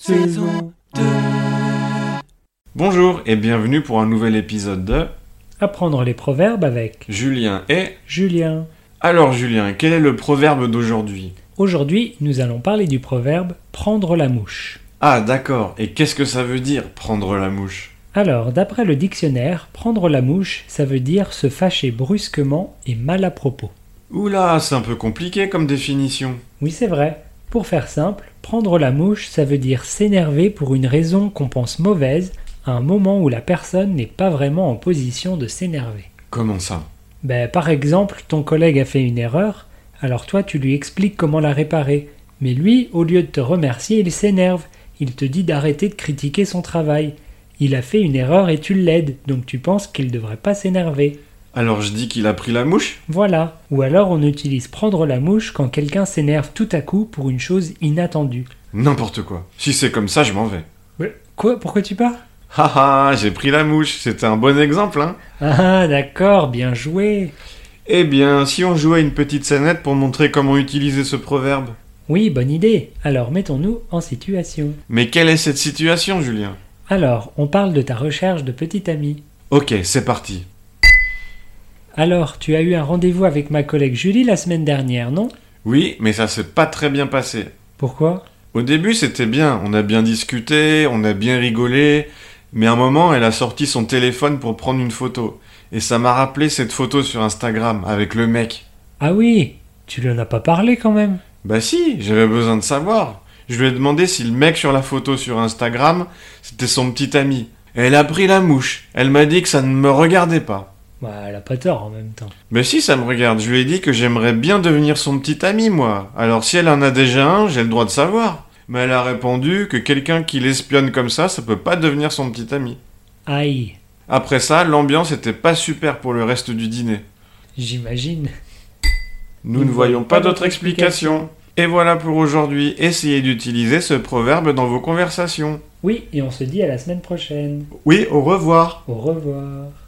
saison 2. Bonjour et bienvenue pour un nouvel épisode de Apprendre les proverbes avec Julien et... Julien. Alors Julien, quel est le proverbe d'aujourd'hui Aujourd'hui, nous allons parler du proverbe prendre la mouche. Ah d'accord, et qu'est-ce que ça veut dire prendre la mouche Alors, d'après le dictionnaire, prendre la mouche, ça veut dire se fâcher brusquement et mal à propos. Oula, c'est un peu compliqué comme définition. Oui, c'est vrai. Pour faire simple, prendre la mouche, ça veut dire s'énerver pour une raison qu'on pense mauvaise à un moment où la personne n'est pas vraiment en position de s'énerver. Comment ça Ben, par exemple, ton collègue a fait une erreur, alors toi tu lui expliques comment la réparer. Mais lui, au lieu de te remercier, il s'énerve. Il te dit d'arrêter de critiquer son travail. Il a fait une erreur et tu l'aides, donc tu penses qu'il devrait pas s'énerver. Alors je dis qu'il a pris la mouche Voilà. Ou alors on utilise prendre la mouche quand quelqu'un s'énerve tout à coup pour une chose inattendue. N'importe quoi. Si c'est comme ça, je m'en vais. Quoi Pourquoi tu pars Haha, j'ai pris la mouche, c'était un bon exemple, hein Ah d'accord, bien joué. Eh bien, si on jouait une petite scénette pour montrer comment utiliser ce proverbe. Oui, bonne idée. Alors mettons-nous en situation. Mais quelle est cette situation, Julien Alors, on parle de ta recherche de petit ami. Ok, c'est parti. Alors, tu as eu un rendez-vous avec ma collègue Julie la semaine dernière, non Oui, mais ça s'est pas très bien passé. Pourquoi Au début, c'était bien, on a bien discuté, on a bien rigolé, mais à un moment, elle a sorti son téléphone pour prendre une photo. Et ça m'a rappelé cette photo sur Instagram avec le mec. Ah oui, tu lui en as pas parlé quand même. Bah si, j'avais besoin de savoir. Je lui ai demandé si le mec sur la photo sur Instagram, c'était son petit ami. Et elle a pris la mouche. Elle m'a dit que ça ne me regardait pas. Bah, elle a pas tort en même temps. Mais si, ça me regarde. Je lui ai dit que j'aimerais bien devenir son petit ami, moi. Alors si elle en a déjà un, j'ai le droit de savoir. Mais elle a répondu que quelqu'un qui l'espionne comme ça, ça peut pas devenir son petit ami. Aïe, Après ça, l'ambiance était pas super pour le reste du dîner. j'imagine. Nous ne voyons pas d'autre explication. Et voilà pour aujourd'hui. Essayez d'utiliser ce proverbe dans vos conversations. Oui, et on se dit à la semaine prochaine. Oui, au revoir. Au revoir.